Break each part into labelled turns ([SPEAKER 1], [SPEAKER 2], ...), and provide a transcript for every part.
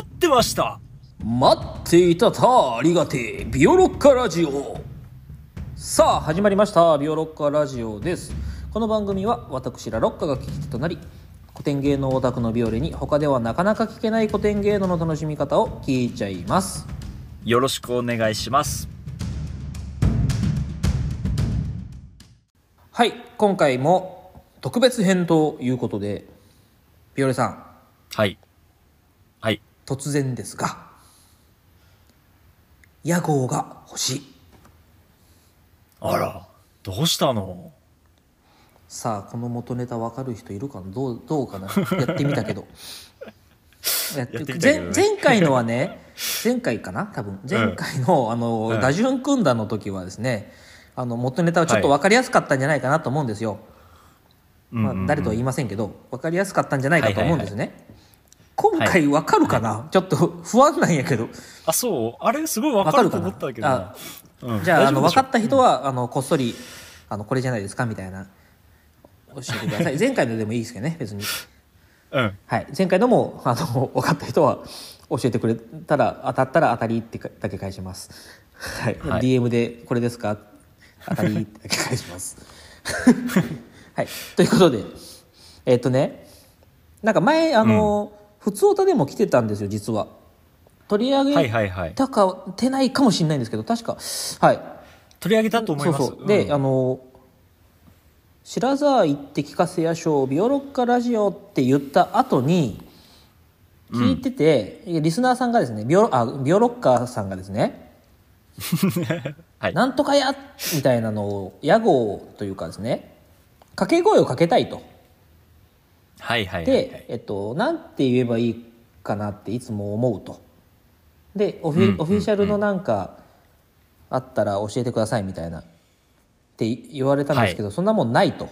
[SPEAKER 1] ってました
[SPEAKER 2] 待っていたたありがてえビオロッカラジオさあ始まりましたビオロッカラジオですこの番組は私らロッカが聞き手となり古典芸能オタクのビオレに他ではなかなか聞けない古典芸能の楽しみ方を聞いちゃいます
[SPEAKER 1] よろしくお願いします
[SPEAKER 2] はい今回も特別編ということでビオレさん
[SPEAKER 1] はいはい
[SPEAKER 2] 突然ですが屋号が欲しい
[SPEAKER 1] あらどうしたの
[SPEAKER 2] さあこの元ネタ分かる人いるかなどうどうかなやってみた けどやって
[SPEAKER 1] やってみたけど
[SPEAKER 2] 前
[SPEAKER 1] ね
[SPEAKER 2] 前回のはね前回かな多分前回の,、あの
[SPEAKER 1] うん
[SPEAKER 2] 打順組んだの時はですねあの元ネタはちょっと分かりやすかったんじゃないかなと思うんですよ、
[SPEAKER 1] うんうんうん
[SPEAKER 2] まあ、誰とは言いませんけど分かりやすかったんじゃないかと思うんですね、今回分かるかな、ちょっと 不安なんやけど
[SPEAKER 1] あそうあれすごい
[SPEAKER 2] わ
[SPEAKER 1] 分
[SPEAKER 2] か
[SPEAKER 1] か
[SPEAKER 2] る
[SPEAKER 1] る
[SPEAKER 2] か
[SPEAKER 1] と
[SPEAKER 2] な
[SPEAKER 1] 思ったけどなうん
[SPEAKER 2] じゃああ
[SPEAKER 1] 大丈
[SPEAKER 2] の
[SPEAKER 1] 夫で
[SPEAKER 2] 分
[SPEAKER 1] しょ
[SPEAKER 2] かった人はあのこっそりあのこれじゃないですかみたいな教えてく ださい前回のでもいいですけどね別に、
[SPEAKER 1] うん
[SPEAKER 2] はい、前回のもあの 分かった人は教えてくれたら当たったら当たりってかだけ返します、はい
[SPEAKER 1] はい
[SPEAKER 2] DM で「これですか?」当たりってだけ返します はいということでえっとねなんか前あの、普通歌でも来てたんですよ実は取り上
[SPEAKER 1] はい
[SPEAKER 2] げ
[SPEAKER 1] はいはい
[SPEAKER 2] たかてないかもしれないんですけど確かはい
[SPEAKER 1] 取り上げたと思います
[SPEAKER 2] そうそうで、
[SPEAKER 1] うん
[SPEAKER 2] あの「白沢行って聞かせやしょうビオロッカラジオ」って言った後に聞いてて、リスナーさんがですねビオロあビオロッカーさんがですね
[SPEAKER 1] はい
[SPEAKER 2] なんとかやみたいなのを屋号というかですね掛け声をかけたいと。
[SPEAKER 1] はいはいはいはい
[SPEAKER 2] で、えっと、なんて言えばいいかなっていつも思うとでオフィ,、
[SPEAKER 1] うん
[SPEAKER 2] オフィシャルのなんかあったら教えてくださいみたいなって言われたんですけど、そんなもんないと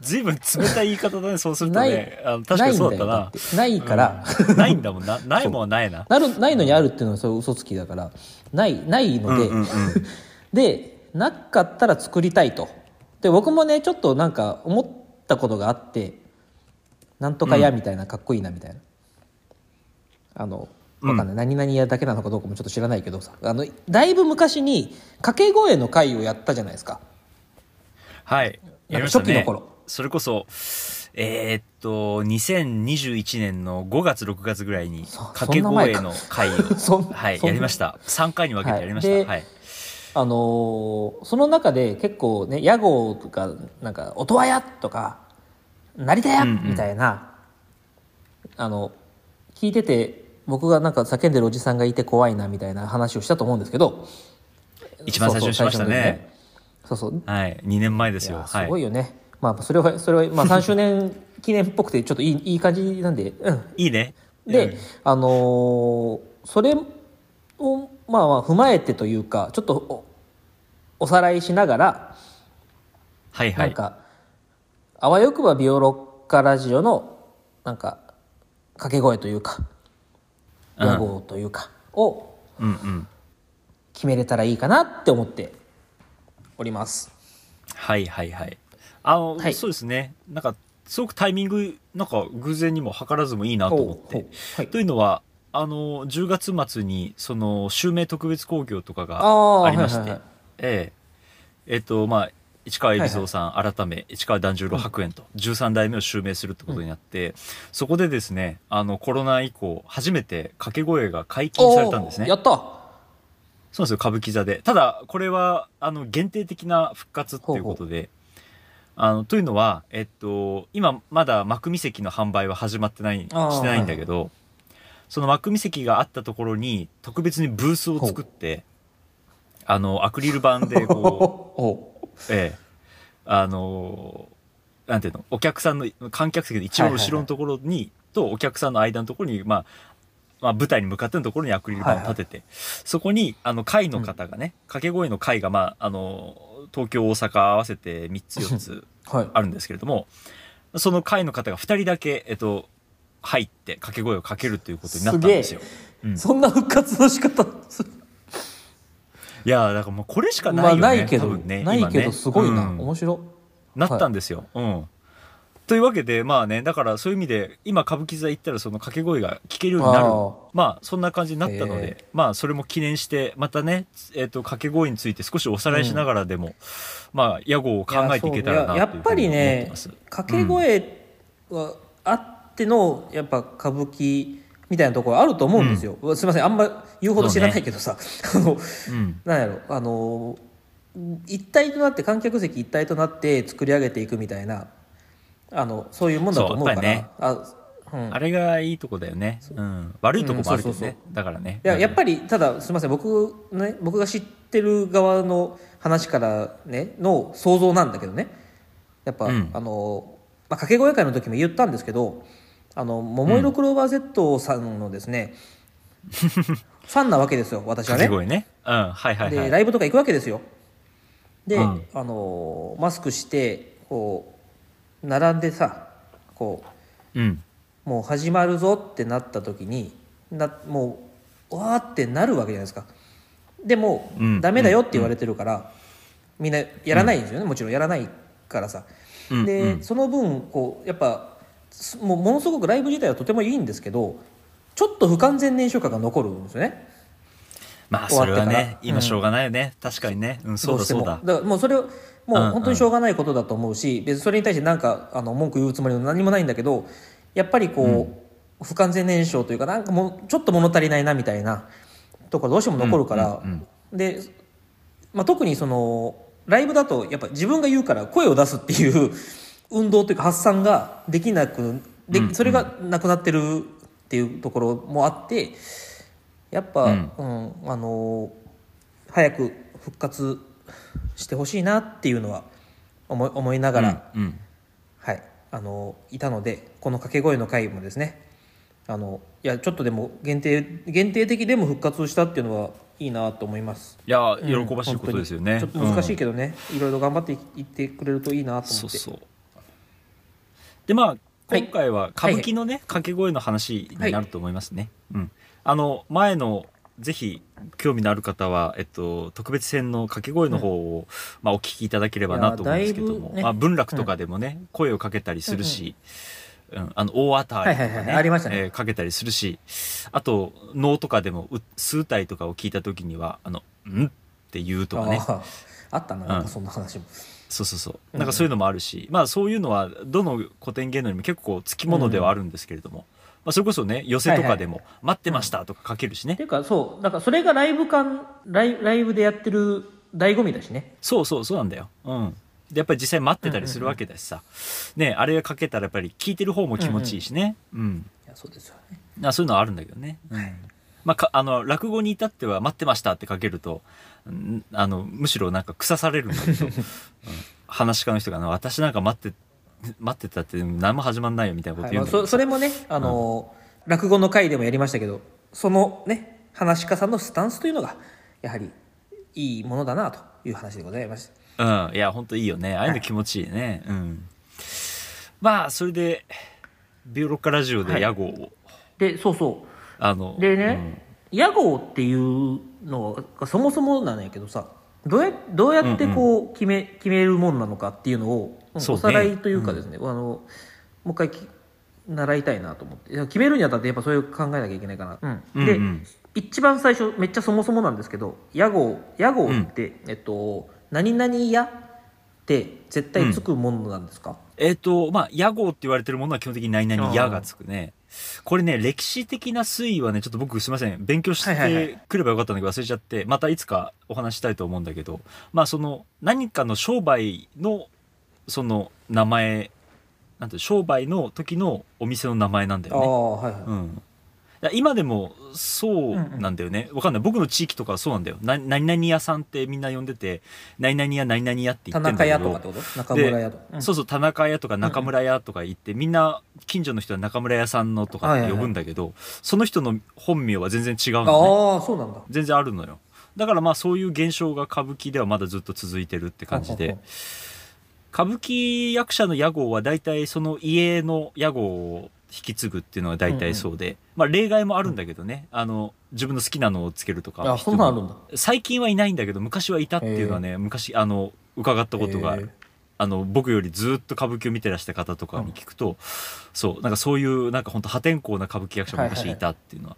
[SPEAKER 1] ずいぶん冷たい言い方だねそうすると
[SPEAKER 2] ない
[SPEAKER 1] ねあの確かにそうだった
[SPEAKER 2] ないん
[SPEAKER 1] な
[SPEAKER 2] だよってないから、
[SPEAKER 1] うんないんだもんなないもんはないな
[SPEAKER 2] なるないのにあるっていうのはそれ嘘つきだからないないの
[SPEAKER 1] う
[SPEAKER 2] で、
[SPEAKER 1] んうんうん
[SPEAKER 2] でなかったら作りたいとで僕もねちょっとなんか思ったことがあってなんとかやみたいな、かっこいいなみたいなあのわかんない、何々やだけなのかどうかもちょっと知らないけどさあのだいぶ昔に掛け声の会をやったじゃないですか
[SPEAKER 1] はい。
[SPEAKER 2] なんか
[SPEAKER 1] やりましたね
[SPEAKER 2] 初期の頃
[SPEAKER 1] それこそ、えーっと、2021年の5月、6月ぐらいに、
[SPEAKER 2] そ
[SPEAKER 1] 掛け声
[SPEAKER 2] そんな
[SPEAKER 1] の会を、
[SPEAKER 2] そん
[SPEAKER 1] はい、
[SPEAKER 2] そんな
[SPEAKER 1] やりました。3回に分けてやりました。
[SPEAKER 2] は
[SPEAKER 1] はいい。
[SPEAKER 2] あのーその中で結構ね屋号とかなんか「音羽屋」とか「成田屋」
[SPEAKER 1] うんうん
[SPEAKER 2] みたいな、あの聞いてて僕がなんか叫んでるおじさんがいて怖いなみたいな話をしたと思うんですけど
[SPEAKER 1] 一番最初にしましたね。
[SPEAKER 2] そうそう最初の時ね
[SPEAKER 1] はい。2年前で
[SPEAKER 2] そう
[SPEAKER 1] す
[SPEAKER 2] そう
[SPEAKER 1] よ。は
[SPEAKER 2] いやす
[SPEAKER 1] い
[SPEAKER 2] ご。いよね、まあそれはそれは、まあ、3周年記念っぽくてちょっといいいい感じなんで、うん、
[SPEAKER 1] いいね。
[SPEAKER 2] で、
[SPEAKER 1] うん
[SPEAKER 2] あのーそれを、まあ、まあ踏まえてというかちょっとおおさらいしながら、
[SPEAKER 1] はいは
[SPEAKER 2] なん
[SPEAKER 1] い。
[SPEAKER 2] かあわよくばビオロッカラジオのなんか掛け声というか
[SPEAKER 1] うん
[SPEAKER 2] 屋号というか、を
[SPEAKER 1] うんうん。
[SPEAKER 2] 決めれたらいいかなって思っております。
[SPEAKER 1] はいはいはい。あの、
[SPEAKER 2] はい
[SPEAKER 1] そうですね。なんか、すごくタイミング、なんか偶然にも計らずもいいなと思って。
[SPEAKER 2] ほうほうはい
[SPEAKER 1] というのは、あの、10月末に、その、襲名特別興行とか
[SPEAKER 2] あー
[SPEAKER 1] がありまして、
[SPEAKER 2] はいはいはい
[SPEAKER 1] えええっと、まあ、市川海老蔵さん、改め、市川團十郎白猿と、13代目を襲名するってことになって、そこでですね、あの、コロナ以降、初めて掛け声が解禁されたんですね
[SPEAKER 2] おーや。った
[SPEAKER 1] そうなんですよ、歌舞伎座で。ただ、これは、あの、限定的な復活っていうことで、あの、というのは、えっと、今、まだ幕見席の販売は始まってない、して
[SPEAKER 2] あー
[SPEAKER 1] ないんだけど、その幕見席があったところに、特別にブースを作って、あの、アクリル板で、 こ
[SPEAKER 2] お
[SPEAKER 1] う、ええ、あの、なんていうの、お客さんの、観客席の一番後ろのところに、とお客さんの間のところに、まあ、まあ、舞台に向かってのところにアクリル板を立てて、そこに、あの、会の方がね、掛け声の会が、まあ、あの、東京、大阪合わせて3つ、4つ
[SPEAKER 2] はい
[SPEAKER 1] あるんですけれども、その会の方が2人だけ、えっと、入って掛け声をかけるということになったんですよ。うん
[SPEAKER 2] そんな復活の仕方する
[SPEAKER 1] いやーだからもうこれしかない
[SPEAKER 2] ま
[SPEAKER 1] よ
[SPEAKER 2] あ
[SPEAKER 1] ね。
[SPEAKER 2] ないけど、
[SPEAKER 1] 多分ね、
[SPEAKER 2] ないけ
[SPEAKER 1] 今
[SPEAKER 2] ど
[SPEAKER 1] ね
[SPEAKER 2] すごいな、
[SPEAKER 1] うん
[SPEAKER 2] 面白
[SPEAKER 1] なったんですよ。うん。というわけでまあねだからそういう意味で今歌舞伎座行ったらその掛け声が聞けるようになる
[SPEAKER 2] あー
[SPEAKER 1] まあそんな感じになったの
[SPEAKER 2] へ
[SPEAKER 1] でまあそれも記念してまたね、えっと掛け声について少しおさらいしながらでも、まあ屋号を考えていけたらなと
[SPEAKER 2] や
[SPEAKER 1] いうふう
[SPEAKER 2] や
[SPEAKER 1] に
[SPEAKER 2] っぱり
[SPEAKER 1] 思って
[SPEAKER 2] ね
[SPEAKER 1] ます。
[SPEAKER 2] 掛け声はあってのやっぱ歌舞伎みたいなところあると思うんですよ、すいませんあんま言うほど知らないけどさ、 あの
[SPEAKER 1] うん
[SPEAKER 2] なんやろあの一体となって観客席一体となって作り上げていくみたいなあのそういうもんだと思うから
[SPEAKER 1] そうやっ
[SPEAKER 2] あうん
[SPEAKER 1] あれがいいとこだよね、うん、悪いとこもあるけどね、
[SPEAKER 2] うんそうそう
[SPEAKER 1] だからね
[SPEAKER 2] いややっぱりただすみません僕,、ね、僕が知ってる側の話から、ね、の想像なんだけどねやっぱ、
[SPEAKER 1] うん
[SPEAKER 2] あの、まあ、掛け声会の時も言ったんですけどあの桃色クローバー Z さんのです ね、ファンなわけですよ私は
[SPEAKER 1] 掛け声
[SPEAKER 2] ね。
[SPEAKER 1] ねうんはいはいは
[SPEAKER 2] で
[SPEAKER 1] い
[SPEAKER 2] ライブとか行くわけですよで、
[SPEAKER 1] うん
[SPEAKER 2] あのマスクしてこう並んでさこう
[SPEAKER 1] うん
[SPEAKER 2] もう始まるぞってなった時になもうわーってなるわけじゃないですかでも、
[SPEAKER 1] うん
[SPEAKER 2] ダメだよって言われてるから、みんなやらないんですよね、もちろんやらないからさ、
[SPEAKER 1] うん
[SPEAKER 2] で、
[SPEAKER 1] うん
[SPEAKER 2] その分こうやっぱすもうものすごくライブ自体はとてもいいんですけどちょっと不完全燃焼感が残るんですよね
[SPEAKER 1] まあ
[SPEAKER 2] 終
[SPEAKER 1] そ
[SPEAKER 2] わっ
[SPEAKER 1] れ
[SPEAKER 2] て
[SPEAKER 1] は
[SPEAKER 2] から
[SPEAKER 1] ね
[SPEAKER 2] う
[SPEAKER 1] 今
[SPEAKER 2] ん
[SPEAKER 1] しょうがないよね、確かにねうんそう
[SPEAKER 2] ど
[SPEAKER 1] だ
[SPEAKER 2] して
[SPEAKER 1] そ
[SPEAKER 2] も
[SPEAKER 1] うだ
[SPEAKER 2] からもうそれをも
[SPEAKER 1] うんう
[SPEAKER 2] うん本当にしょうがないことだと思うし、別にそれに対してなんかあの文句言うつもりも何もないんだけどやっぱりこう、不完全燃焼というかなんかもうちょっと物足りないなみたいなところどうしても残るから、
[SPEAKER 1] うんうん
[SPEAKER 2] で、まあ、特にそのライブだとやっぱ自分が言うから声を出すっていう運動というか発散ができなくで、
[SPEAKER 1] うん
[SPEAKER 2] それがなくなってるっていうところもあってやっぱ、う
[SPEAKER 1] うんん
[SPEAKER 2] あの早く復活してほしいなっていうのは思い思いながら、
[SPEAKER 1] うんうん
[SPEAKER 2] はい、あのいたのでこの掛け声の回もですねあのいやちょっとでも限定限定的でも復活したっていうのはいいなと思います。
[SPEAKER 1] いや
[SPEAKER 2] うん
[SPEAKER 1] 喜ばしいことですよね、
[SPEAKER 2] 本当にちょっと難し
[SPEAKER 1] う
[SPEAKER 2] い
[SPEAKER 1] ん
[SPEAKER 2] けどね、いろいろ頑張っていいってくれるといいなと思って
[SPEAKER 1] そうそうでまあ
[SPEAKER 2] はい
[SPEAKER 1] 今回は歌舞伎のね、掛け声の話になると思いますね、うんあの前のぜひ興味のある方は、えっと、特別編の掛け声の方を、まあ、お聞きいただければなと思うんですけど
[SPEAKER 2] いやだい
[SPEAKER 1] も、
[SPEAKER 2] ぶね
[SPEAKER 1] まあ、文楽とかでもね、声をかけたりするし、うんあの大当たりとか、ね
[SPEAKER 2] はいはいはいありましたね
[SPEAKER 1] えーかけたりするしあと能とかでもう数体とかを聞いた時には「あのん?」って言うとかね
[SPEAKER 2] あーあったななん
[SPEAKER 1] う
[SPEAKER 2] か
[SPEAKER 1] ん
[SPEAKER 2] そんな話も、
[SPEAKER 1] そうそうそうなんかそういうのもあるし、まあそういうのはどの古典芸能にも結構つきものではあるんですけれども、まあ、それこそね寄せとかでも「待ってました」とか書けるしね、
[SPEAKER 2] っていうかそうだからそれがライブ感ライライブでやってる醍醐味だしね
[SPEAKER 1] そうそうそうなんだようんでやっぱり実際待ってたりするわけだしさ、ねあれが書けたらやっぱり聞いてる方も気持ちいいしねうん、
[SPEAKER 2] いやそうですよね
[SPEAKER 1] あそういうのはあるんだけどね、うんまあ、かあの落語に至っては「待ってました」って書けるとんあのむしろなんか腐されるんだ けど、うん話し家の人があの「私なんか待って待ってたって何も始まんないよ」みたいなこ
[SPEAKER 2] は
[SPEAKER 1] と
[SPEAKER 2] い
[SPEAKER 1] 言う
[SPEAKER 2] まあ、
[SPEAKER 1] んだけど、
[SPEAKER 2] そそれもねあのー、落語の回でもやりましたけどそのね話し家さんのスタンスというのがやはりいいものだなという話でございます
[SPEAKER 1] うん、いや、本当いいよね。ああいうの気持ちいいね。うん。まあ、それで、ビオロッカラジオで屋号を、
[SPEAKER 2] でそうそ
[SPEAKER 1] あの、
[SPEAKER 2] でね、屋号っていうのがそもそもなんやけどさどうやどうやってこう、決め決めるもんなのかっていうのをうん
[SPEAKER 1] そう
[SPEAKER 2] お
[SPEAKER 1] ね
[SPEAKER 2] さらいというかですね、あのもう一回き習いたいなと思っていや決めるにあたってやっぱそういう考えなきゃいけないかな、
[SPEAKER 1] うん
[SPEAKER 2] で、
[SPEAKER 1] うん
[SPEAKER 2] 一番最初めっちゃそもそもなんですけど屋号屋号って、えっと何々屋って絶対つくものなんですか、
[SPEAKER 1] えっ、と、まあ、屋号って言われてるものは基本的に何々屋がつくね。これね、歴史的な推移はね、ちょっと僕すいません、勉強し
[SPEAKER 2] はいはい
[SPEAKER 1] て
[SPEAKER 2] は
[SPEAKER 1] くればよかったんだけど忘れちゃって、またいつかお話したいと思うんだけど、まあ、その、何かの商売の、その、名前、なんていうの商売の時のお店の名前なんだよ
[SPEAKER 2] あ
[SPEAKER 1] ね。
[SPEAKER 2] あはいはい、
[SPEAKER 1] うん、だ今でもそうなんだよね、わかんない僕の地域とかはそうなんだよな何々屋さんってみんな呼んでて何々屋何々屋って
[SPEAKER 2] 田
[SPEAKER 1] 言ってんだ
[SPEAKER 2] 中屋
[SPEAKER 1] け
[SPEAKER 2] とかって
[SPEAKER 1] ど
[SPEAKER 2] こと中村屋とか、うん
[SPEAKER 1] そうそう田中屋とか中村屋とか言って、みんな近所の人は中村屋さんのとかって呼ぶんだけど、その人の本名は全然違うのね
[SPEAKER 2] ああそうなんだ
[SPEAKER 1] 全然あるのよだからまあそういう現象が歌舞伎ではまだずっと続いてるって感じ
[SPEAKER 2] ほう
[SPEAKER 1] で
[SPEAKER 2] ほう
[SPEAKER 1] 歌舞伎役者の屋号は大体その家の屋号を引き継ぐっていうのは大体そうで、まあ例外もあるんだけどね、あの自分の好きなのをつけるとか
[SPEAKER 2] あそんなんあるんだ
[SPEAKER 1] 最近はいないんだけど昔はいたっていうのはね昔あの伺ったことがある、あの僕よりずっと歌舞伎を見てらした方とかに聞くと、そうなんかそういうなんか本当破天荒な歌舞伎役者も昔いたっていうのは、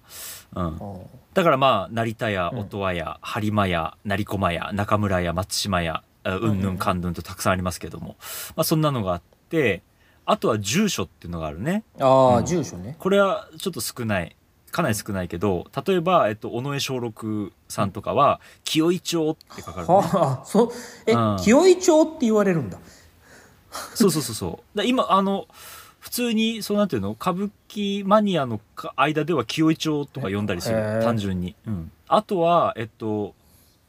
[SPEAKER 1] うん、
[SPEAKER 2] おー
[SPEAKER 1] だからまあ成田屋
[SPEAKER 2] うん
[SPEAKER 1] 音羽屋播磨屋成駒屋中村屋松島屋あうんぬんかんぬんとたくさんありますけども、まあ、そんなのがあってあとは住所っていうのがあるね
[SPEAKER 2] ああ、
[SPEAKER 1] うん
[SPEAKER 2] 住所ね
[SPEAKER 1] これはちょっと少ないかなり少ないけど例えば、えっと、尾上松六さんとかは「清井町」って書かれてる、
[SPEAKER 2] はあそうえ、
[SPEAKER 1] うん
[SPEAKER 2] 清井町って言われるんだ
[SPEAKER 1] そうそうそうそう だ今あの普通にそうなんていうの歌舞伎マニアのか間では清井町とか呼んだりする
[SPEAKER 2] へー
[SPEAKER 1] 単純に、うん、あとはえっと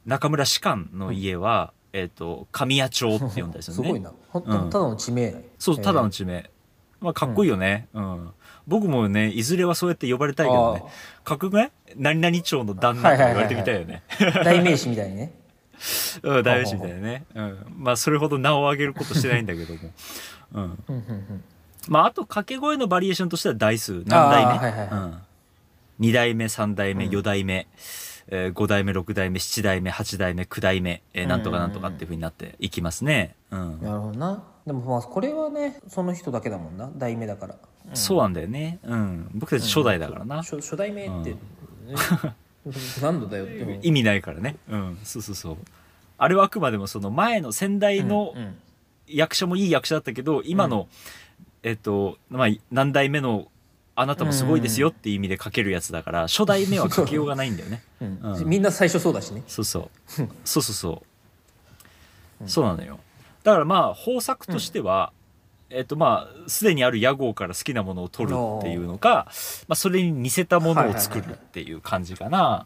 [SPEAKER 1] 中村士官の家は、えっと神谷町って呼んだりする
[SPEAKER 2] す
[SPEAKER 1] ね
[SPEAKER 2] ごいな本当、
[SPEAKER 1] うん
[SPEAKER 2] ただの地名
[SPEAKER 1] そうただの
[SPEAKER 2] 地
[SPEAKER 1] 地名、まあかっこいいよね、うん僕もねいずれはそうやって呼ばれたいけどねかっこよくない何々町の旦那とか言われてみたいよね
[SPEAKER 2] 代名詞みたいにね
[SPEAKER 1] うん、大事みたいなね。うん。まあ、それほど名を上げることしてないんだけども。うん。
[SPEAKER 2] うんうんうん
[SPEAKER 1] まあ、あと、掛け声のバリエーションとしては台数。何
[SPEAKER 2] あ
[SPEAKER 1] 代
[SPEAKER 2] ー
[SPEAKER 1] 目、
[SPEAKER 2] はいはいは
[SPEAKER 1] うん。2代目、3代目、
[SPEAKER 2] うん
[SPEAKER 1] 4代目、えー、5代目、6代目、7代目、8代目、9代目、えー、なんとかなんとかっていうふうになっていきますね。うん。
[SPEAKER 2] なるほどなでもまあこれはねその人だけだもんな題名だから、うん
[SPEAKER 1] そうなんだよね。うん。僕たち初代だからな。
[SPEAKER 2] 初初代名って、
[SPEAKER 1] うん
[SPEAKER 2] ね 何度だよっても
[SPEAKER 1] 意味ないからね。うん。そうそうそう。あれはあくまでもその前の先代の、
[SPEAKER 2] うんうん
[SPEAKER 1] 役者もいい役者だったけど今の、えっとまあ何代目のあなたもすごいですよっていう意味で書けるやつだから、初代目は書けようがないんだよね
[SPEAKER 2] うん
[SPEAKER 1] うん
[SPEAKER 2] みんな最初そうだしね
[SPEAKER 1] そうそうそうそうそう、そうなのよだからまあ豊作としては、えっとまあすでにある屋号から好きなものを取るっていうのか、まあ、それに似せたものを作るっていう感じかな、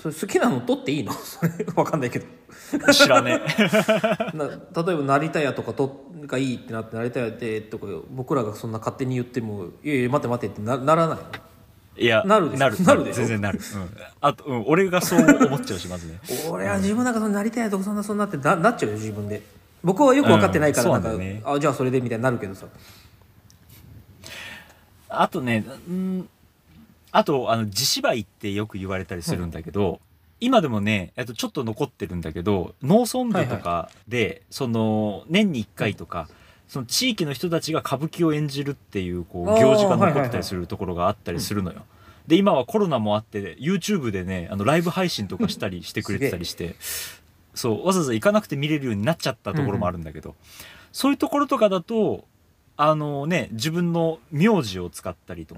[SPEAKER 2] それ好きなの取っていいの それわかんないけど
[SPEAKER 1] うん知らねえ
[SPEAKER 2] な例えば成田屋とかとがいいってなって成田屋でとか僕らがそんな勝手に言ってもいやいや待て待てってなならない
[SPEAKER 1] いや
[SPEAKER 2] なるでしょ
[SPEAKER 1] なる
[SPEAKER 2] なるでしょ
[SPEAKER 1] 全然なる、うん、あと、うん、俺がそう思っちゃうしまずね
[SPEAKER 2] 俺は自分なんかその成田屋とかそんなそんなってななっちゃうよ自分で僕はよく分かってないか
[SPEAKER 1] う
[SPEAKER 2] ら
[SPEAKER 1] ん
[SPEAKER 2] なんか、
[SPEAKER 1] そうなんだよね
[SPEAKER 2] あじゃあそれでみたいになるけどさ
[SPEAKER 1] あとね、うん、あと、あの、地芝居ってよく言われたりするんだけど、今でもね、えっと、ちょっと残ってるんだけど、農村部とかで、その、年に1回とか、その地域の人たちが歌舞伎を演じるっていう、こう、
[SPEAKER 2] あー
[SPEAKER 1] 行事が
[SPEAKER 2] はいはい
[SPEAKER 1] 残
[SPEAKER 2] は
[SPEAKER 1] っ
[SPEAKER 2] い
[SPEAKER 1] てたりするところがあったりするのよ。で、今はコロナもあって、YouTube でね、あの、ライブ配信とかしたりしてくれてたりして、そう、わざわざ行かなくて見れるようになっちゃったところもあるんだけど、そういうところとかだと、あのね、自分の名字を使ったりと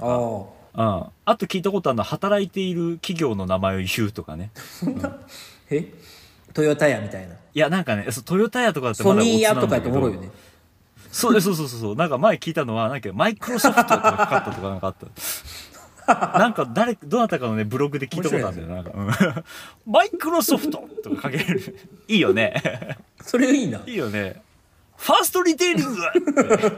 [SPEAKER 2] あ
[SPEAKER 1] か、
[SPEAKER 2] あ
[SPEAKER 1] うん、あと聞いたことあるのは働いている企業の名前を言うとかね
[SPEAKER 2] えトヨタ屋みたいない
[SPEAKER 1] やなんかねそうトヨタやとかだって
[SPEAKER 2] ソ
[SPEAKER 1] まだ
[SPEAKER 2] ニー屋
[SPEAKER 1] オ
[SPEAKER 2] と
[SPEAKER 1] チ
[SPEAKER 2] か
[SPEAKER 1] な
[SPEAKER 2] や
[SPEAKER 1] んだ
[SPEAKER 2] と
[SPEAKER 1] け
[SPEAKER 2] お
[SPEAKER 1] ど
[SPEAKER 2] もろいよね
[SPEAKER 1] そうそうそうそうそうなんか前聞いたのはなんかマイクロソフトとかかかったとかなんかあ ったなんか誰どなたかのねブログで聞いたことあるんだよなんか、うん マイクロソフトとかかけるいいよね
[SPEAKER 2] それいいない
[SPEAKER 1] いよねファーストリテイリングって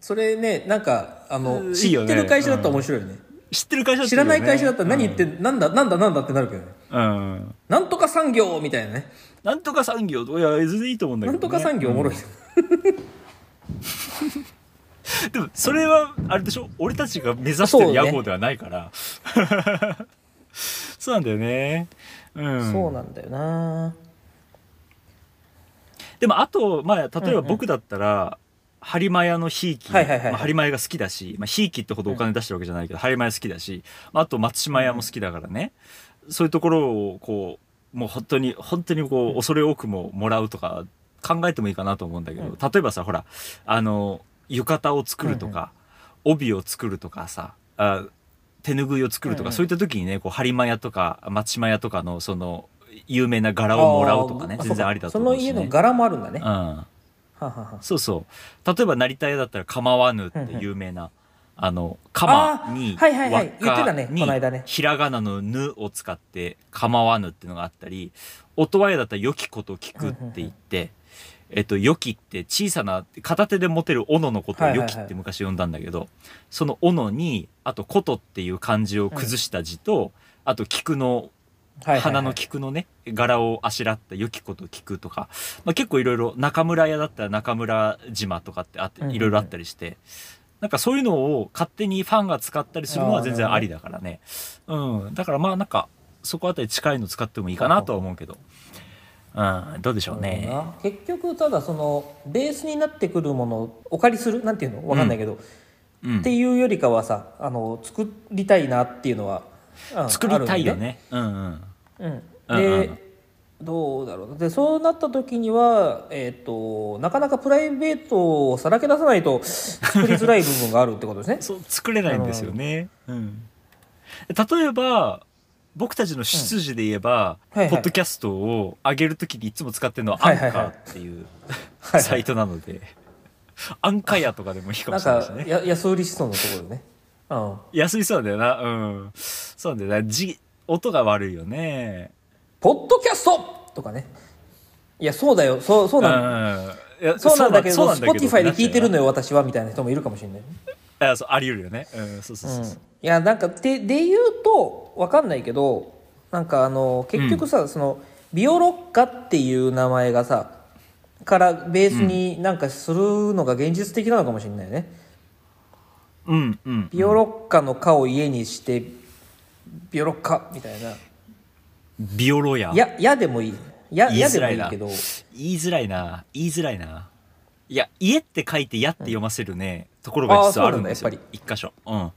[SPEAKER 2] それねなんかあの
[SPEAKER 1] ん
[SPEAKER 2] 知
[SPEAKER 1] いいよ
[SPEAKER 2] って
[SPEAKER 1] ね
[SPEAKER 2] る会社だったら面白いよね
[SPEAKER 1] 知ってる会社って
[SPEAKER 2] 知
[SPEAKER 1] うよ
[SPEAKER 2] ら
[SPEAKER 1] ね
[SPEAKER 2] ない会社だったら何言って、なんだなんだなんだってなるけどね
[SPEAKER 1] うん
[SPEAKER 2] なんとか産業みたいなね
[SPEAKER 1] なんとか産業とかいや全然いいと思うんだけ
[SPEAKER 2] な
[SPEAKER 1] ど、ね、
[SPEAKER 2] んとか産業おもろい、
[SPEAKER 1] でもそれはあれでしょ俺たちが目指してる野号ではないからそう,、 なんだよねうん
[SPEAKER 2] なんだよな
[SPEAKER 1] でもあとまあ例えば僕だったら、播磨屋のひいき、
[SPEAKER 2] はいはいはい
[SPEAKER 1] まあ、播磨屋が好きだし、まあ、ひいきってほどお金出してるわけじゃないけど、播磨屋好きだし、まあ、あと松島屋も好きだからね、そういうところをこうもう本当に本当にこう恐れ多くももらうとか考えてもいいかなと思うんだけど、
[SPEAKER 2] うん
[SPEAKER 1] 例えばさほらあの浴衣を作るとか、帯を作るとかさあ手ぬぐいを作るとか、
[SPEAKER 2] うんうん
[SPEAKER 1] そういった時にねこう播磨屋とか松島屋とかのその有名な柄をもらうとかね
[SPEAKER 2] あー
[SPEAKER 1] 全然ありだと思うし、ね、
[SPEAKER 2] その家の柄もあるんだね、は
[SPEAKER 1] うん
[SPEAKER 2] あはあはあ
[SPEAKER 1] そうそう例えば成田屋だったら「構わぬ」って有名な、あの「
[SPEAKER 2] あ
[SPEAKER 1] 鎌
[SPEAKER 2] ー
[SPEAKER 1] に
[SPEAKER 2] はいはいはい
[SPEAKER 1] 輪っか
[SPEAKER 2] 言ってたねこの間ね
[SPEAKER 1] にひらがなの「ぬ」を使って「構わぬ」っていうのがあったり音羽屋だったら「よきこと聞く」って言って。えっと、よきって小さな片手で持てる斧のことを
[SPEAKER 2] はいはい
[SPEAKER 1] よ
[SPEAKER 2] はい
[SPEAKER 1] きって昔呼んだんだけど、その斧にあと「こと」っていう漢字を崩した字と、あと菊の
[SPEAKER 2] はいはいはい
[SPEAKER 1] 花の菊のね柄をあしらった良きこと菊とか、まあ、結構いろいろ中村屋だったら中村島とかってあって
[SPEAKER 2] うんうんうん
[SPEAKER 1] いろいろあったりして、なんかそういうのを勝手にファンが使ったりするのは全然ありだからねうんだからまあなんかそこあたり近いの使ってもいいかなとは思うけど、うん、どうでしょうね。
[SPEAKER 2] 結局ただそのベースになってくるものをお借りするなんていうのわかんないけど、
[SPEAKER 1] うん
[SPEAKER 2] っていうよりかはさあの作りたいなっていうのは、うん
[SPEAKER 1] 作りたい
[SPEAKER 2] あ
[SPEAKER 1] よ
[SPEAKER 2] るんで
[SPEAKER 1] ね。うんうん。
[SPEAKER 2] うん、
[SPEAKER 1] うん
[SPEAKER 2] で、
[SPEAKER 1] うんうん。
[SPEAKER 2] どうだろうなでそうなった時には、えっとなかなかプライベートをさらけ出さないと作りづらい部分があるってことですね
[SPEAKER 1] そう作れないんですよね。うん、例えば僕たちの出自で言えば、
[SPEAKER 2] うんはいはい
[SPEAKER 1] ポッドキャストを上げるときにいつも使ってるのは
[SPEAKER 2] は
[SPEAKER 1] ア
[SPEAKER 2] い
[SPEAKER 1] ン
[SPEAKER 2] はい
[SPEAKER 1] カ
[SPEAKER 2] はい
[SPEAKER 1] ーっていう
[SPEAKER 2] はい
[SPEAKER 1] サイトなので、アンカヤとかでもいいか
[SPEAKER 2] な
[SPEAKER 1] も
[SPEAKER 2] ん
[SPEAKER 1] しれない
[SPEAKER 2] か
[SPEAKER 1] しね。
[SPEAKER 2] や安売りしそうなところでね。うん、
[SPEAKER 1] 安いそうなんだよな。うん。そうなんだよな。じ音が悪いよね。
[SPEAKER 2] ポッドキャストとかね。いやそうだよそうそう
[SPEAKER 1] うん。い
[SPEAKER 2] なんだ
[SPEAKER 1] や
[SPEAKER 2] そうなんだけ
[SPEAKER 1] そう
[SPEAKER 2] ど、
[SPEAKER 1] な
[SPEAKER 2] ス
[SPEAKER 1] んだ
[SPEAKER 2] ポ
[SPEAKER 1] けど
[SPEAKER 2] ティファイで聞いてるの
[SPEAKER 1] よ。
[SPEAKER 2] よ、私はみたいな人もいるかもしれない。
[SPEAKER 1] あそうあり得るよね。うん。そうそう
[SPEAKER 2] う
[SPEAKER 1] そ
[SPEAKER 2] ん
[SPEAKER 1] う
[SPEAKER 2] い
[SPEAKER 1] そう。
[SPEAKER 2] や、なんか、で、で言うと、わかんないけど、なんか、あの、結局さ、その。ビオロッカっていう名前がさ。からベースになんかするのが現実的なのかもしれないね。
[SPEAKER 1] うんうん。
[SPEAKER 2] ビオロッカの「か」を家にして。ビオロッカみたいな。
[SPEAKER 1] ビオロや。
[SPEAKER 2] いや、いやでもいい。いや、い
[SPEAKER 1] 言い
[SPEAKER 2] やで
[SPEAKER 1] づ
[SPEAKER 2] も
[SPEAKER 1] らい
[SPEAKER 2] いい
[SPEAKER 1] な
[SPEAKER 2] けど。
[SPEAKER 1] 言いづらいな言いづらいないや「家」って書いて「や」って読ませるね、ところ
[SPEAKER 2] あ
[SPEAKER 1] が
[SPEAKER 2] ー
[SPEAKER 1] 実はあるんです
[SPEAKER 2] そう
[SPEAKER 1] よ
[SPEAKER 2] なんだ
[SPEAKER 1] 一箇所うん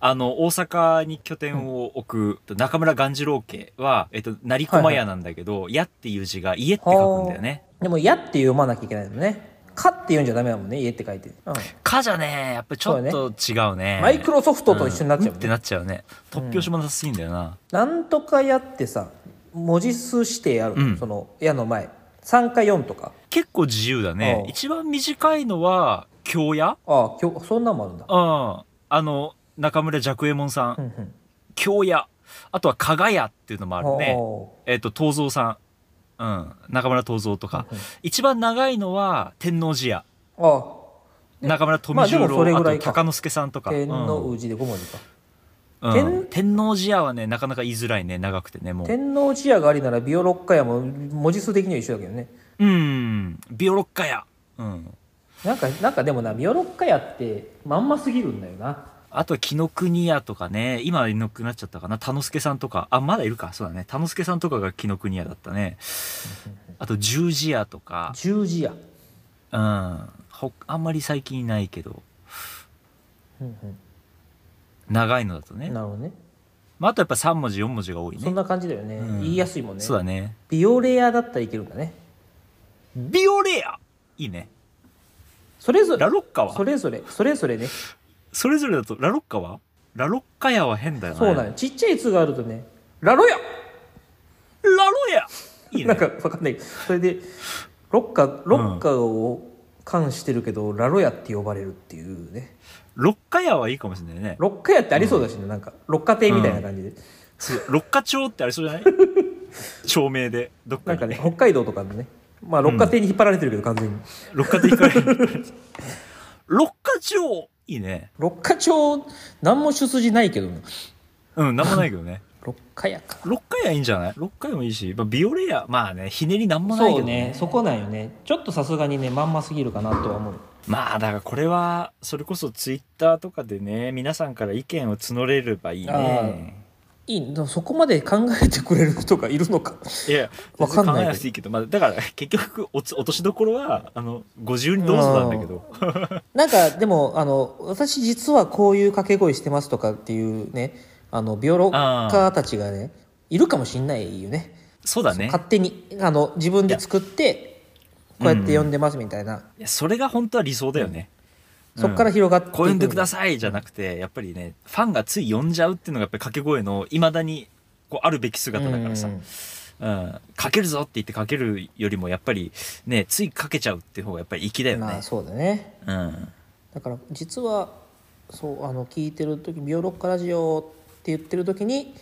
[SPEAKER 1] あの大阪に拠点を置く中村鴈治郎家は、えっと、成駒屋なんだけど「や」っていう字が「家」って書くんだよね
[SPEAKER 2] でも「や」って読まなきゃいけないのね「か」って言うんじゃダメだもんね「家」って書いて、うん
[SPEAKER 1] 「か」じゃねやっぱりちょっと違うね
[SPEAKER 2] マイクロソフトと一緒になっちゃ
[SPEAKER 1] うん
[SPEAKER 2] うもん
[SPEAKER 1] って
[SPEAKER 2] ね、
[SPEAKER 1] なっちゃうね突拍子もなさすぎんだよな、
[SPEAKER 2] なんとか「や」ってさ文字数指定ある、
[SPEAKER 1] うん
[SPEAKER 2] その「や」の前3か4とか
[SPEAKER 1] 結構自由だね
[SPEAKER 2] あー
[SPEAKER 1] 一番短いのは「京屋
[SPEAKER 2] ああ今日そんなんもあるんだ」
[SPEAKER 1] うんあの中村寂右衛門さん
[SPEAKER 2] うんうん
[SPEAKER 1] 京屋あとは加賀屋っていうのもあるね
[SPEAKER 2] お
[SPEAKER 1] えっ、と東蔵さん、うん、中村東蔵とか、
[SPEAKER 2] うんうん
[SPEAKER 1] 一番長いのは天王寺屋
[SPEAKER 2] ーあ
[SPEAKER 1] 中村富十
[SPEAKER 2] まあでもそれ
[SPEAKER 1] 郎、
[SPEAKER 2] ぐら
[SPEAKER 1] あ
[SPEAKER 2] い
[SPEAKER 1] と
[SPEAKER 2] か
[SPEAKER 1] 鷹之助さんと
[SPEAKER 2] あ
[SPEAKER 1] か
[SPEAKER 2] 天皇寺で5文字か、
[SPEAKER 1] うん
[SPEAKER 2] 天
[SPEAKER 1] うん天王寺屋はねなかなか言いづらいね長くてねもう
[SPEAKER 2] 天皇寺屋がありならビオロッカ屋も文字数的には一緒だけどね
[SPEAKER 1] うんビオロッカ屋うん
[SPEAKER 2] なんかなんかでもなビオロッカ屋ってまんますぎるんだよな
[SPEAKER 1] あと紀ノ国屋とかね今いなくなっちゃったかな田之助さんとかあまだいるかそうだね田之助さんとかが紀ノ国屋だったねあと十字屋とか
[SPEAKER 2] 十字屋
[SPEAKER 1] うんほあんまり最近いないけど
[SPEAKER 2] うん
[SPEAKER 1] 長いのだと
[SPEAKER 2] う
[SPEAKER 1] ね
[SPEAKER 2] ん、なるほどね
[SPEAKER 1] まあ、あとやっぱ3文字4文字が多い
[SPEAKER 2] そ
[SPEAKER 1] ね
[SPEAKER 2] んな感じだよね、
[SPEAKER 1] うん
[SPEAKER 2] 言いやすいもんね
[SPEAKER 1] そうだね
[SPEAKER 2] ビオレアだったらいけるんだね
[SPEAKER 1] ビオレアいいね
[SPEAKER 2] それぞれ
[SPEAKER 1] ラロッカは
[SPEAKER 2] そ
[SPEAKER 1] それ
[SPEAKER 2] れぞれそれぞれね
[SPEAKER 1] ぞれだとラロッカはラロッカヤは変だよね
[SPEAKER 2] そうなんよちっちゃい「つ」があるとね「ラロヤ!
[SPEAKER 1] ラロヤ」いいね
[SPEAKER 2] なんかわかんないけどそれでロッカロッカを冠してるけど、ラロヤって呼ばれるっていうね
[SPEAKER 1] ロッカヤはいいかもしれないね
[SPEAKER 2] ロッカ屋ってありそうだしね、なんかロッカ亭みたいな感じで、
[SPEAKER 1] そうロッカ町ってありそうじ ゃない町名でどっか
[SPEAKER 2] なん
[SPEAKER 1] に
[SPEAKER 2] かね北海道とかのねまあロッカ亭に引っ張られてるけど完全に、
[SPEAKER 1] ロッカって行かれるロッカ町いいね
[SPEAKER 2] ロッカ町何も出自ないけどね
[SPEAKER 1] うんなんもないけどね
[SPEAKER 2] ロッカ屋か
[SPEAKER 1] ロッカヤいいんじゃないロッカヤもいいし、まあ、ビオレアまあねひねりなんもないけ
[SPEAKER 2] そう
[SPEAKER 1] ど
[SPEAKER 2] ねそこなんよねちょっとさすがにねまんますぎるかなとは思う
[SPEAKER 1] まあだからこれはそれこそツイッターとかでね皆さんから意見を募れればいいね
[SPEAKER 2] いいでもそこまで考えてくれる人がいるのか
[SPEAKER 1] いや
[SPEAKER 2] わかんな
[SPEAKER 1] 別に
[SPEAKER 2] い
[SPEAKER 1] 考えくていいけど、まあ、だから結局おつ落としどころはあのご自由にどうぞなんだけど
[SPEAKER 2] なんかでもあの私実はこういう掛け声してますとかっていうねあのビオロッカーたちがねいるかもしんないよね
[SPEAKER 1] そうだね
[SPEAKER 2] 勝手にあの自分で作ってこうやって呼んでますみたいな、
[SPEAKER 1] いやそれが本当は理想だよね、
[SPEAKER 2] そこから広がってい
[SPEAKER 1] こう呼んでくだ
[SPEAKER 2] さ
[SPEAKER 1] さいじゃなくてやっぱりねファンがつい呼んじゃうっていうのがやっぱり掛け声のいまだにこうあるべき姿だからさ、うん、かけるぞって言ってかけるよりもやっぱりねついかけちゃうっていう方がやっぱり粋だよ
[SPEAKER 2] まあ
[SPEAKER 1] ね、
[SPEAKER 2] そうだね
[SPEAKER 1] うん
[SPEAKER 2] だから実はそうあの聞いてる時「ビオロッカラジオ」って言ってる時に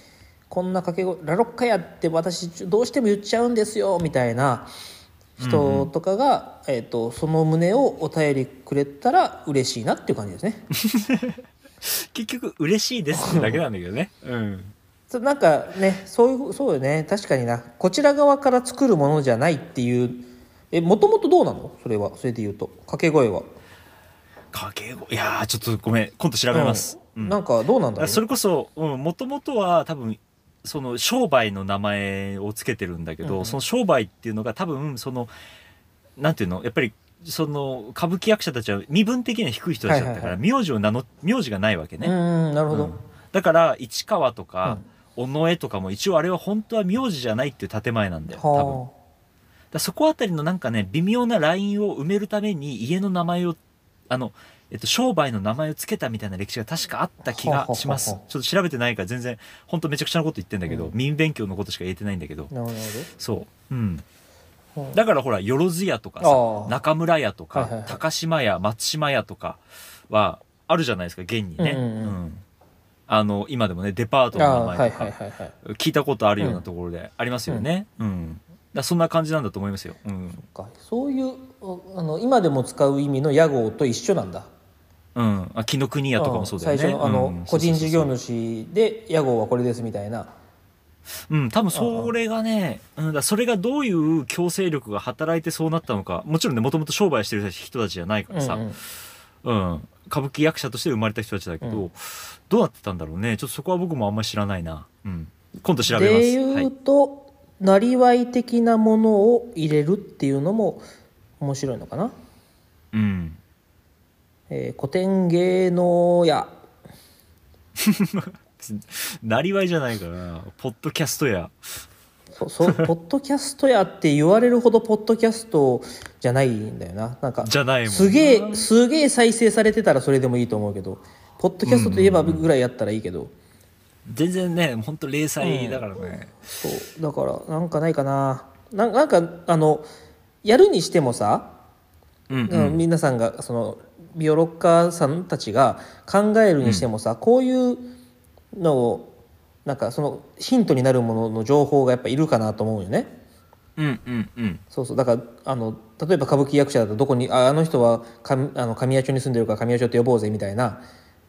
[SPEAKER 2] こんな掛け声「ラロッカや」って私どうしても言っちゃうんですよみたいな人とかが、えー、とその旨をお便りくれたら嬉しいなっていう感じですね。
[SPEAKER 1] 結局嬉しいですってだけなんだけどね、うん、
[SPEAKER 2] そうなんかねそういうそうよね確かになこちら側から作るものじゃないっていうえもともとどうなのそれはそれで言うと掛け声は。
[SPEAKER 1] 掛け声いやーちょっとごめん今度調べます、
[SPEAKER 2] うんなんかどうなんだろう
[SPEAKER 1] それこそもともとは多分その商売の名前をつけてるんだけど、
[SPEAKER 2] うんうん
[SPEAKER 1] その商売っていうのが多分そのなんていうのやっぱりその歌舞伎役者たちは身分的には低い人たちだったから、
[SPEAKER 2] はいはい
[SPEAKER 1] 名字を名乗名字がないわけね、
[SPEAKER 2] うんなるほど、
[SPEAKER 1] うんだから市川とか、尾上とかも一応あれは本当は名字じゃないっていう建前なんだよ多分だか
[SPEAKER 2] は
[SPEAKER 1] らそこあたりのなんかね微妙なラインを埋めるために家の名前をあの、えっと、商売の名前をつけたみたいな歴史が確かあった気がします
[SPEAKER 2] ほうほうほうほ
[SPEAKER 1] ちょっと調べてないから全然本当めちゃくちゃなこと言ってんだけど、
[SPEAKER 2] うん
[SPEAKER 1] 民勉強のことしか言えてないんだけど
[SPEAKER 2] あなるほ
[SPEAKER 1] そううん
[SPEAKER 2] どうん
[SPEAKER 1] だからほらよろず屋とか
[SPEAKER 2] あ
[SPEAKER 1] さ
[SPEAKER 2] ー
[SPEAKER 1] 中村屋とか、
[SPEAKER 2] はいはいはい
[SPEAKER 1] 高島屋松島屋とかはあるじゃないですか現にね、
[SPEAKER 2] うんうんうん
[SPEAKER 1] あの今でもねデパートの名
[SPEAKER 2] あーは
[SPEAKER 1] 前
[SPEAKER 2] い
[SPEAKER 1] とか、
[SPEAKER 2] はいはいはい
[SPEAKER 1] 聞いたことあるようなところでありますよね。うん。だからそんな感じなんだと思いますよ。うん。
[SPEAKER 2] かそういうあの今でも使う意味の屋号と一緒なんだ
[SPEAKER 1] うん。あ、紀ノ国屋とかもそうだよね。
[SPEAKER 2] ん最初のあの、
[SPEAKER 1] うん
[SPEAKER 2] 個人事業。
[SPEAKER 1] そうそう
[SPEAKER 2] 主で屋号はこれですみたいな
[SPEAKER 1] そううん。多分それがね、うん、だからそれがどういう強制力が働いてそうなったのか、もちろんね、もともと商売してる人たちじゃないからさ、
[SPEAKER 2] う
[SPEAKER 1] うん
[SPEAKER 2] うんん
[SPEAKER 1] 歌舞伎役者として生まれた人たちだけど、
[SPEAKER 2] う
[SPEAKER 1] どうなってたんだろうね。ちょっとそこは僕もあんまり知らないな。うん。今度調べます。
[SPEAKER 2] でいうと、なりわい的なものを入れるっていうのも面白いのかな、
[SPEAKER 1] うん。
[SPEAKER 2] えー古典芸能や
[SPEAKER 1] なりわいじゃないから、ポッドキャストや。
[SPEAKER 2] そう そうポッドキャストやって言われるほどポッドキャストじゃないんだよななんか
[SPEAKER 1] じゃないもんな
[SPEAKER 2] すげえすげえ再生されてたらそれでもいいと思うけどポッドキャストといえばぐらいやったらいいけど、
[SPEAKER 1] 全然ね、ほんと零細だからね。
[SPEAKER 2] そうだからなんかないかなななんかあのやるにしてもさ、
[SPEAKER 1] うん
[SPEAKER 2] うん皆さんがそのビオロッカーさんたちが考えるにしてもさ、こういうのをなんかそのヒントになるものの情報がやっぱいるかなと思うよね。
[SPEAKER 1] うんうんうん
[SPEAKER 2] そうそうだからあの例えば歌舞伎役者だとどこにああの人は神あの神谷町に住んでるから神谷町って呼ぼうぜみたいな,、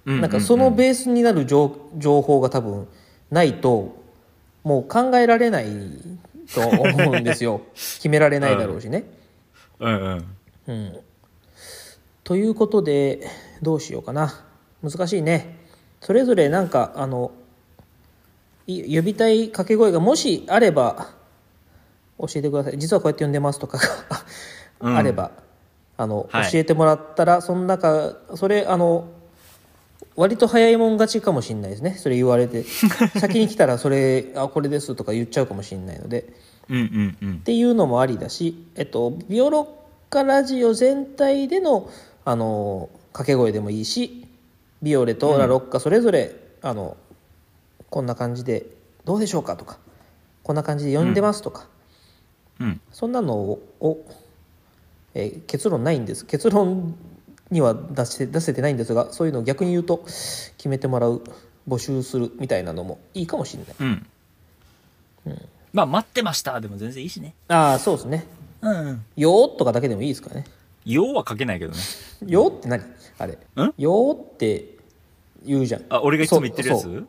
[SPEAKER 1] うんうんうん
[SPEAKER 2] なんかそのベースになる情情報が多分ないともう考えられないと思うんです よ決められないだろうしね。
[SPEAKER 1] うんうん
[SPEAKER 2] うん、ということでどうしようかな難しいねそれぞれなんかあのい呼びたい掛け声がもしあれば教えてください実はこうやって呼んでますとかが
[SPEAKER 1] うん
[SPEAKER 2] あれば、あの
[SPEAKER 1] はい
[SPEAKER 2] 教えてもらったらその中それあの割と早いもん勝ちかもしれないですねそれ言わ れて先に来たらそれあこれですとか言っちゃうかもしれないので。
[SPEAKER 1] うんうんう
[SPEAKER 2] っ
[SPEAKER 1] ん
[SPEAKER 2] ていうのもありだし、えっと、ビオロッカラジオ全体でのあの掛け声でもいいしビオレとラロッカそれぞれ、あのこんな感じでどうでしょうかとかこんな感じで呼んでますとか、
[SPEAKER 1] うん
[SPEAKER 2] そんなのを、をえー結論ないんです結論には出して出せてないんですがそういうのを逆に言うと決めてもらう募集するみたいなのもいいかもしれない。
[SPEAKER 1] うんまあ待ってましたでも全然いいしね
[SPEAKER 2] ああそうですね。
[SPEAKER 1] うんうん
[SPEAKER 2] よーっとかだけでもいいですからね。
[SPEAKER 1] 用はかけないけどね
[SPEAKER 2] よって何あれ
[SPEAKER 1] ん
[SPEAKER 2] よって言うじゃん
[SPEAKER 1] あ俺がいつも言ってるや
[SPEAKER 2] そう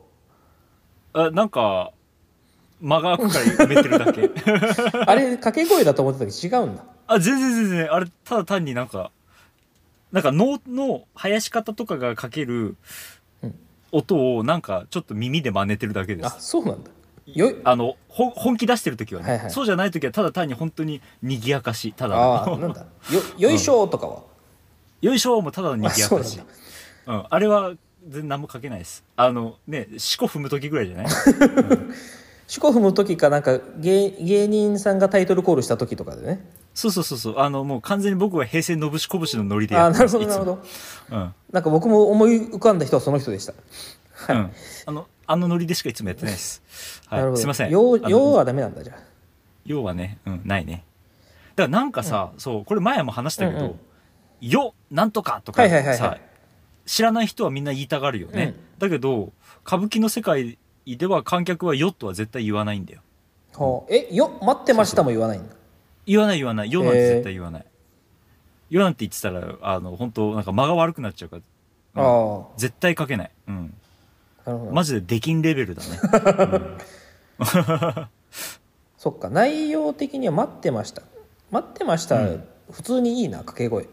[SPEAKER 1] つあなんか間が空くから埋めてるだ け
[SPEAKER 2] そうあれ掛け声だと思ってたけど違うんだ
[SPEAKER 1] あ全然全然あれただ単になんかなんか脳の生やし方とかがかける
[SPEAKER 2] うん
[SPEAKER 1] 音をなんかちょっと耳で真似てるだけで
[SPEAKER 2] あ
[SPEAKER 1] す
[SPEAKER 2] そうなんだよい
[SPEAKER 1] あのほ本気出してる時はね、
[SPEAKER 2] はいはい
[SPEAKER 1] そうじゃない時はただ単に本当に賑やかしただの
[SPEAKER 2] あーなんだよよいしょーとかは、
[SPEAKER 1] よいしょもただのに
[SPEAKER 2] あ
[SPEAKER 1] ぎや
[SPEAKER 2] そう
[SPEAKER 1] か
[SPEAKER 2] な
[SPEAKER 1] し
[SPEAKER 2] んだ
[SPEAKER 1] う、ん、あれは全然何もかけないですあのね四股踏む時ぐらいじゃない
[SPEAKER 2] 四股踏む時かなんか芸芸人さんがタイトルコールした時とかでね
[SPEAKER 1] そうそうそうそうあのもう完全に僕は平成のぶしこぶしのノリでや
[SPEAKER 2] ああ
[SPEAKER 1] ってま
[SPEAKER 2] なる
[SPEAKER 1] す
[SPEAKER 2] ほどなる
[SPEAKER 1] い
[SPEAKER 2] ほど
[SPEAKER 1] つもうん
[SPEAKER 2] なんか僕も思い浮かんだ人はその人でした、はい
[SPEAKER 1] うん、あのあのノリでしかいつもやってないです、は
[SPEAKER 2] なるほ
[SPEAKER 1] い、
[SPEAKER 2] ど
[SPEAKER 1] すいません
[SPEAKER 2] よう
[SPEAKER 1] あの
[SPEAKER 2] ようはダメなんだじゃあ
[SPEAKER 1] 要はね、うん、ないねだからなんかさ、そうこれ前も話したけど「
[SPEAKER 2] うんうん
[SPEAKER 1] よなんとか」とか
[SPEAKER 2] は
[SPEAKER 1] さ、
[SPEAKER 2] いはいはいはい
[SPEAKER 1] 知らない人はみんな言いたがるよね、だけど歌舞伎の世界では観客は「よ」とは絶対言わないんだよ
[SPEAKER 2] ほうえよ待ってましたも言わないんだ
[SPEAKER 1] 言わない言わない「よ」なん
[SPEAKER 2] へ
[SPEAKER 1] て
[SPEAKER 2] ー
[SPEAKER 1] 絶対言わない「よ」なんて言ってたらあの本当なんか間が悪くなっちゃうから
[SPEAKER 2] ああ
[SPEAKER 1] 絶対書けない、うん、
[SPEAKER 2] ーなるほど、
[SPEAKER 1] マジで出禁レベルだね
[SPEAKER 2] そっか内容的には待ってました待ってました、普通にいいな掛け声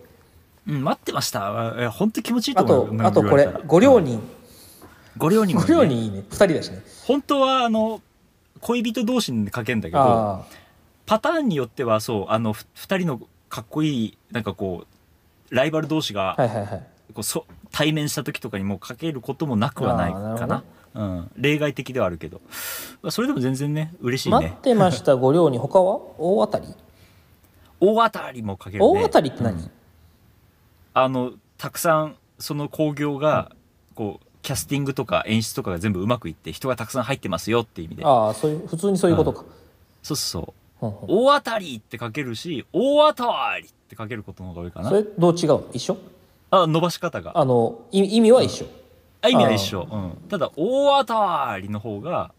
[SPEAKER 1] うん待ってましたえ本当気持ちいいと
[SPEAKER 2] あ
[SPEAKER 1] 思う
[SPEAKER 2] と
[SPEAKER 1] よ
[SPEAKER 2] あと
[SPEAKER 1] 言
[SPEAKER 2] こ
[SPEAKER 1] わ
[SPEAKER 2] れ
[SPEAKER 1] たら
[SPEAKER 2] 5両人
[SPEAKER 1] ご両人も
[SPEAKER 2] 5
[SPEAKER 1] ね
[SPEAKER 2] 両人いいね2人だしね
[SPEAKER 1] 本当はあの恋人同士に書けんだけど
[SPEAKER 2] あ
[SPEAKER 1] パターンによってはそうあのふ二人のかっこいいなんかこうライバル同士が
[SPEAKER 2] あはいはいはい
[SPEAKER 1] こうそ対面した時とかにもう書けることもなくはないか
[SPEAKER 2] あーなる
[SPEAKER 1] な
[SPEAKER 2] ほどね
[SPEAKER 1] うん、例外的ではあるけどまあそれでも全然ね嬉しい
[SPEAKER 2] 待
[SPEAKER 1] ね
[SPEAKER 2] ってました五両に他は大当たり、
[SPEAKER 1] 大当たりも書けるね
[SPEAKER 2] 大当たりって何、
[SPEAKER 1] うんあのたくさんその興行がこうキャスティングとか演出とかが全部うまくいって人がたくさん入ってますよって意味で
[SPEAKER 2] ああそういう普通にそういうことか、
[SPEAKER 1] そうそう
[SPEAKER 2] うんうん
[SPEAKER 1] 大当たりって書けるし大当たりって書けることの方が多いか
[SPEAKER 2] それ
[SPEAKER 1] な
[SPEAKER 2] どう違うの一緒
[SPEAKER 1] あ伸ばし方が
[SPEAKER 2] あのい意味は一緒、
[SPEAKER 1] あ意味は一緒、うん、ただ大当たりの方が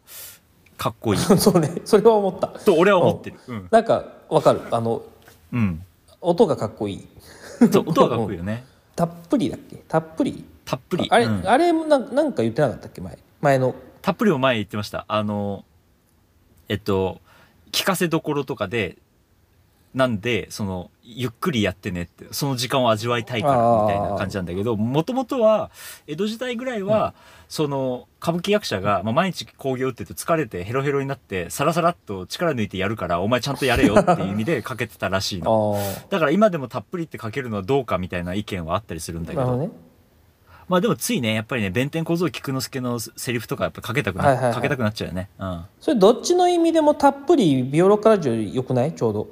[SPEAKER 1] かっこいい
[SPEAKER 2] そうねそれは思った
[SPEAKER 1] と俺は思ってるうん、
[SPEAKER 2] なんかわかるあの
[SPEAKER 1] うん、
[SPEAKER 2] 音がかっこいい
[SPEAKER 1] そう音はかっこいいよね
[SPEAKER 2] たっぷりだっけたっぷり
[SPEAKER 1] たっぷり
[SPEAKER 2] あれ、
[SPEAKER 1] うん
[SPEAKER 2] あれもなんなんか言ってなかったっけ前前の
[SPEAKER 1] たっぷりも前言ってましたあのえっと聞かせどころとかでなんでそのゆっくりやってねってその時間を味わいたいから
[SPEAKER 2] あー
[SPEAKER 1] みたいな感じなんだけどもともとは江戸時代ぐらいは、その歌舞伎役者が、まあ、毎日興行打ってて疲れてヘロヘロになってサラサラっと力抜いてやるからお前ちゃんとやれよっていう意味でかけてたらしい
[SPEAKER 2] あ
[SPEAKER 1] の
[SPEAKER 2] あ
[SPEAKER 1] だから今でもたっぷりってかけるのはどうかみたいな意見はあったりするんだけ
[SPEAKER 2] なるほ
[SPEAKER 1] ど
[SPEAKER 2] どね
[SPEAKER 1] まあでもついねやっぱりね弁天小僧菊之助のセリフとかやっぱかけたくな,、
[SPEAKER 2] はいはいはい
[SPEAKER 1] かけたくなっちゃうよね、うん、 あ
[SPEAKER 2] それどっちの意味でもたっぷりビオロカラジオよくないちょうど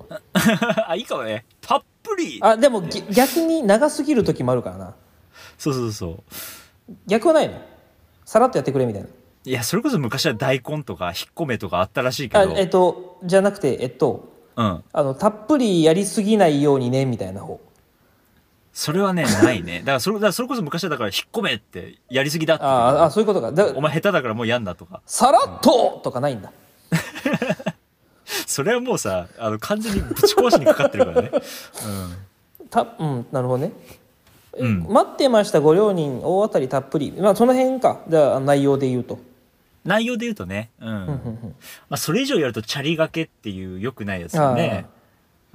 [SPEAKER 1] いいかもねたっぷり
[SPEAKER 2] あでもぎ逆に長すぎる時もあるからな
[SPEAKER 1] そうそうそう
[SPEAKER 2] 逆はないのさらっとやってくれみたいない
[SPEAKER 1] やそれこそ昔は大根とか引っ込めとかあったらしいけ
[SPEAKER 2] あ
[SPEAKER 1] ど
[SPEAKER 2] えっとじゃなくてえっと
[SPEAKER 1] うん
[SPEAKER 2] あのたっぷりやりすぎないようにねみたいな方
[SPEAKER 1] それはねない ねだからそれだからそれこそ昔はだから引っ込めってやりすぎだって
[SPEAKER 2] あーあそういうことかだ
[SPEAKER 1] お前下手だからもうやんなとか
[SPEAKER 2] さらっととかないんだ
[SPEAKER 1] それはもうさあの完全にぶち壊しにかかってるから ね
[SPEAKER 2] たうんなるほどね
[SPEAKER 1] うん、うん、
[SPEAKER 2] 待ってましたご両人大当たりたっぷりまあその辺かじゃあ内容で言うと
[SPEAKER 1] 内容で言うとねうん、
[SPEAKER 2] うん
[SPEAKER 1] ま
[SPEAKER 2] うんうん
[SPEAKER 1] あ、それ以上やるとチャリがけっていう良くないやつよね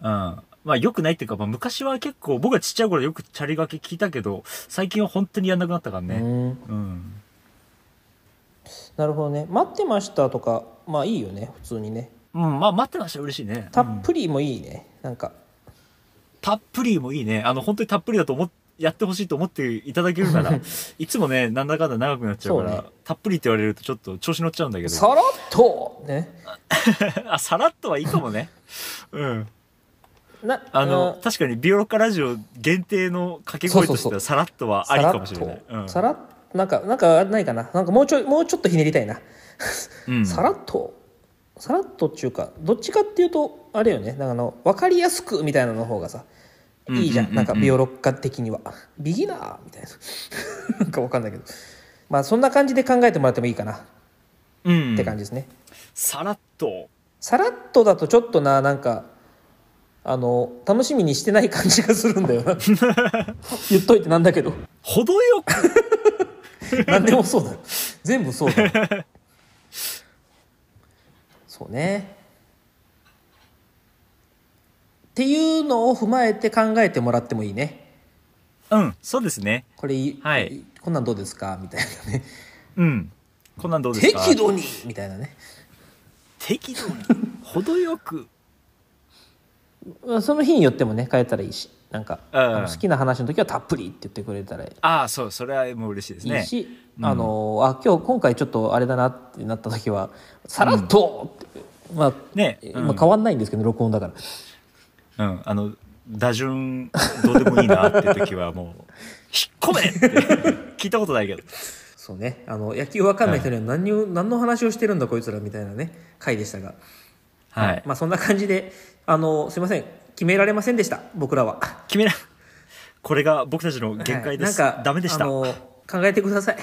[SPEAKER 1] うん。まあ良くないっていうか、まあ昔は結構、僕がちっちゃい頃よくチャリがけ聞いたけど、最近は本当にやんなくなったから
[SPEAKER 2] う
[SPEAKER 1] ね。
[SPEAKER 2] ん
[SPEAKER 1] うん。
[SPEAKER 2] なるほどね待ってましたとかまあいいよね普通にね
[SPEAKER 1] うん、まあ待ってました嬉しいね。
[SPEAKER 2] た
[SPEAKER 1] うん
[SPEAKER 2] っぷりもいいねなんか
[SPEAKER 1] たっぷりもいいね。あの、本当にたっぷりだと思っやってほしいと思っていただけるなら、いつもね、なんだかんだ長くなっちゃうから、
[SPEAKER 2] そうね
[SPEAKER 1] たっぷりって言われるとちょっと調子乗っちゃうんだけど。
[SPEAKER 2] さらっとね
[SPEAKER 1] あ、さらっとはいいかも ね。うん。
[SPEAKER 2] な
[SPEAKER 1] あの、
[SPEAKER 2] うん
[SPEAKER 1] 確かにビオロッカラジオ限定の掛け声として
[SPEAKER 2] そうそう
[SPEAKER 1] はさ
[SPEAKER 2] そう
[SPEAKER 1] らっとはありかもしれない。
[SPEAKER 2] さ
[SPEAKER 1] う
[SPEAKER 2] らっ
[SPEAKER 1] ん
[SPEAKER 2] とさらっなんかなんかないかななんかもうちょいもうちょっとひねりたいな、
[SPEAKER 1] うん
[SPEAKER 2] さらっとさらっとっていうかどっちかっていうとあれよねなんかあの分かりやすくみたいなの方がさ
[SPEAKER 1] うんうんうんうん
[SPEAKER 2] いいじゃん,、なんかビオロッカ的にはビギナーみたいな なんかわかんないけどまあそんな感じで考えてもらってもいいかな
[SPEAKER 1] うん。
[SPEAKER 2] って感じですね、
[SPEAKER 1] さらっと。
[SPEAKER 2] さらっとだとちょっとななんかあの楽しみにしてない感じがするんだよ な言っといてなんだけど
[SPEAKER 1] 程よく
[SPEAKER 2] 何でもそうだよ全部そうだよそうねっていうのを踏まえて考えてもらってもいいね
[SPEAKER 1] うん、そうですね。
[SPEAKER 2] これ、
[SPEAKER 1] はい
[SPEAKER 2] こんなんどうですかみたいなね
[SPEAKER 1] うん。こんなんどうですか
[SPEAKER 2] 適度にみたいなね
[SPEAKER 1] 適度に。程よく。
[SPEAKER 2] まあその日によってもね変えたらいいしなんか、
[SPEAKER 1] うん
[SPEAKER 2] あの好きな話の時はたっぷりって言ってくれたらい
[SPEAKER 1] ああ、そう、それはもう嬉しいですね。
[SPEAKER 2] いし、
[SPEAKER 1] うん
[SPEAKER 2] あのあ今日今回ちょっとあれだなってなった時はさらっとって、まあ、
[SPEAKER 1] ね
[SPEAKER 2] 今
[SPEAKER 1] うん
[SPEAKER 2] 変わんないんですけど録音だから。
[SPEAKER 1] うん、あの、打順、どうでもいいなって時はもう、 引っ込めって聞いたことないけど。
[SPEAKER 2] そうね、あの野球わかんない人には何にも、何の話をしてるんだこいつらみたいなね回でしたが、
[SPEAKER 1] はい。
[SPEAKER 2] まあ、そんな感じであのすいません決められませんでした僕らは
[SPEAKER 1] 決めな。これが僕たちの限界です。
[SPEAKER 2] はいなんか
[SPEAKER 1] ダメでした。
[SPEAKER 2] あ
[SPEAKER 1] は
[SPEAKER 2] の考えてくだ さい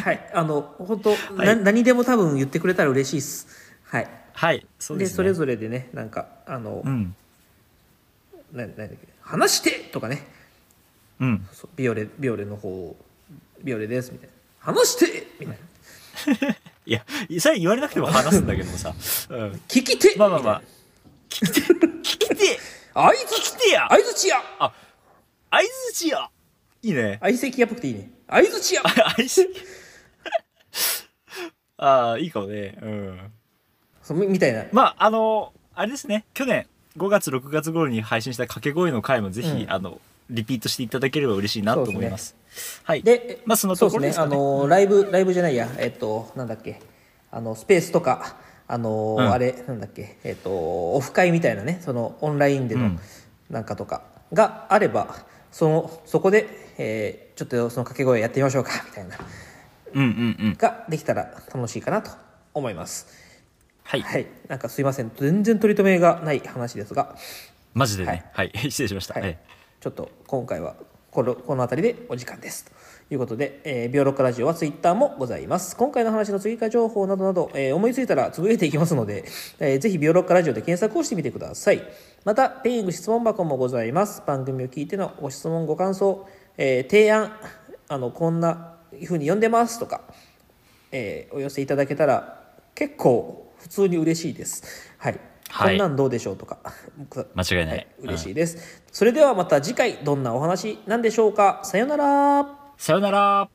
[SPEAKER 2] はいあの本当、
[SPEAKER 1] い
[SPEAKER 2] な何でも多分言ってくれたら嬉しいですはい
[SPEAKER 1] い、そ
[SPEAKER 2] で
[SPEAKER 1] うです、ね。
[SPEAKER 2] それぞれでねなんかあの、
[SPEAKER 1] うん。
[SPEAKER 2] ななんだっけ話してとかね
[SPEAKER 1] うん。
[SPEAKER 2] そうビオレビオレの方をビオレですみたいな話してみたいない
[SPEAKER 1] や、それ言われなくても話すんだけどもさ。うん。
[SPEAKER 2] 聞き手
[SPEAKER 1] まあまあま
[SPEAKER 2] み
[SPEAKER 1] あ。聞きて、聞きて、
[SPEAKER 2] たいな相づ
[SPEAKER 1] 聞きてや
[SPEAKER 2] 相づちや
[SPEAKER 1] あ、相づちや いいね。
[SPEAKER 2] 相席屋っぽくていいね相づちや
[SPEAKER 1] あ、相づち。ああ、いいかもね。うん。
[SPEAKER 2] そうみみたいな
[SPEAKER 1] まあ、あの、あれですね、去年5月、6月頃に配信した掛け声の回もぜひ、
[SPEAKER 2] うん
[SPEAKER 1] あの、リピートしていただければ嬉しいなと思います。はい。
[SPEAKER 2] で、
[SPEAKER 1] まあそのところですかね
[SPEAKER 2] そうあのライブライブじゃないや、えっとなんだっけ、あのスペースとか、あの、
[SPEAKER 1] うん
[SPEAKER 2] あれなんだっけ、えっとオフ会みたいなね、そのオンラインで
[SPEAKER 1] う
[SPEAKER 2] の
[SPEAKER 1] ん
[SPEAKER 2] なんかとかがあれば、そのそこで、えーちょっとその掛け声やってみましょうかみたいな
[SPEAKER 1] うんうんうん。
[SPEAKER 2] ができたら楽しいかなと思います。
[SPEAKER 1] はい。
[SPEAKER 2] はい、なんかすいません、全然取り留めがない話ですが、
[SPEAKER 1] マジでね。はい。 失礼しました。
[SPEAKER 2] は
[SPEAKER 1] はいい。
[SPEAKER 2] ちょっと今回はこのこの辺りでお時間です。ということで、えー、ビオロッカラジオはツイッターもございます。今回の話の追加情報などなど、えー思いついたらつぶえていきますので、えーぜひビオロッカラジオで検索をしてみてください。また、ペイング質問箱もございます。番組を聞いてのご質問、ご感想、えー提案、あの、こんな風に読んでますとか、えーお寄せいただけたら結構普通に嬉しいです。はい。
[SPEAKER 1] はい
[SPEAKER 2] こんなんどうでしょうとか、
[SPEAKER 1] 間違いない。
[SPEAKER 2] はい、嬉
[SPEAKER 1] うん
[SPEAKER 2] しいです、それではまた次回どんなお話なんでしょうかさようなら
[SPEAKER 1] さよなら。